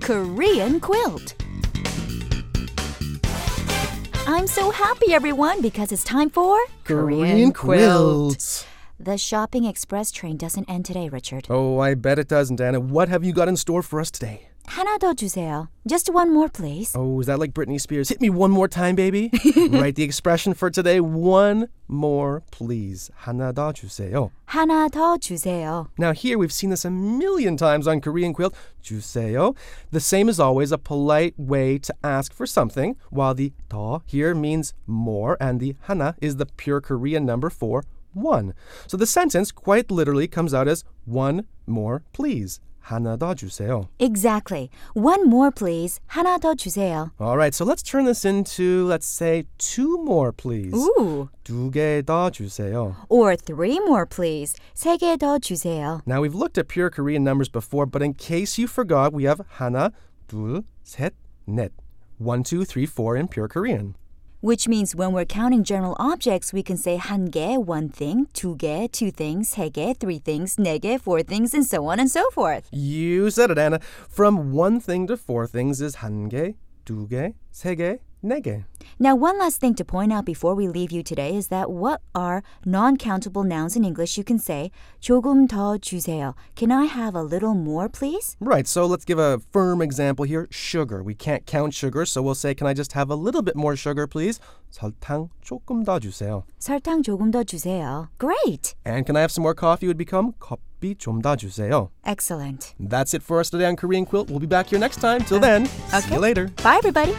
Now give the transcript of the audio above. Korean quilt. I'm so happy, everyone, because it's time for The shopping express train doesn't end today, Richard. Oh, I bet it doesn't, Anna. What have you got in store for us today? 하나 더 주세요. Just one more, please. Oh, is that like Britney Spears? Hit me one more time, baby. Write the expression for today. One more, please. 하나 더 주세요. 하나 더 주세요. Now, here we've seen this a million times on Korean Quilt. 주세요. The same as always, a polite way to ask for something, while the 더 here means more, and the hana is the pure Korean number for one. So the sentence quite literally comes out as one more, please. 하나 더 주세요. Exactly. One more, please. 하나 더 주세요. All right, so let's turn this into, let's say, two more, please. Ooh. 두개 더 주세요. Or three more, please. 세 개 더 주세요. Now we've looked at pure Korean numbers before, but in case you forgot, we have 하나, 둘, 셋, 넷. One, two, three, four in pure Korean. Which means when we're counting general objects, we can say 한 개, one thing, 두 개, two things, 세 개, three things, 네 개, four things, and so on and so forth. You said it, Anna. From one thing to four things is 한 개, 두 개, 세 개, 네 개. Now, one last thing to point out before we leave you today is that what are non-countable nouns in English? You can say 조금 더 주세요. Can I have a little more, please? Right, so let's give a firm example here. Sugar. We can't count sugar, so we'll say, can I just have a little bit more sugar, please? 설탕 조금 더 주세요. 설탕 조금 더 주세요. Great. And can I have some more coffee would become 커피 좀더 주세요. Excellent. That's it for us today on Korean Quilt. We'll be back here next time. Till then, see Okay. you later. Bye, everybody.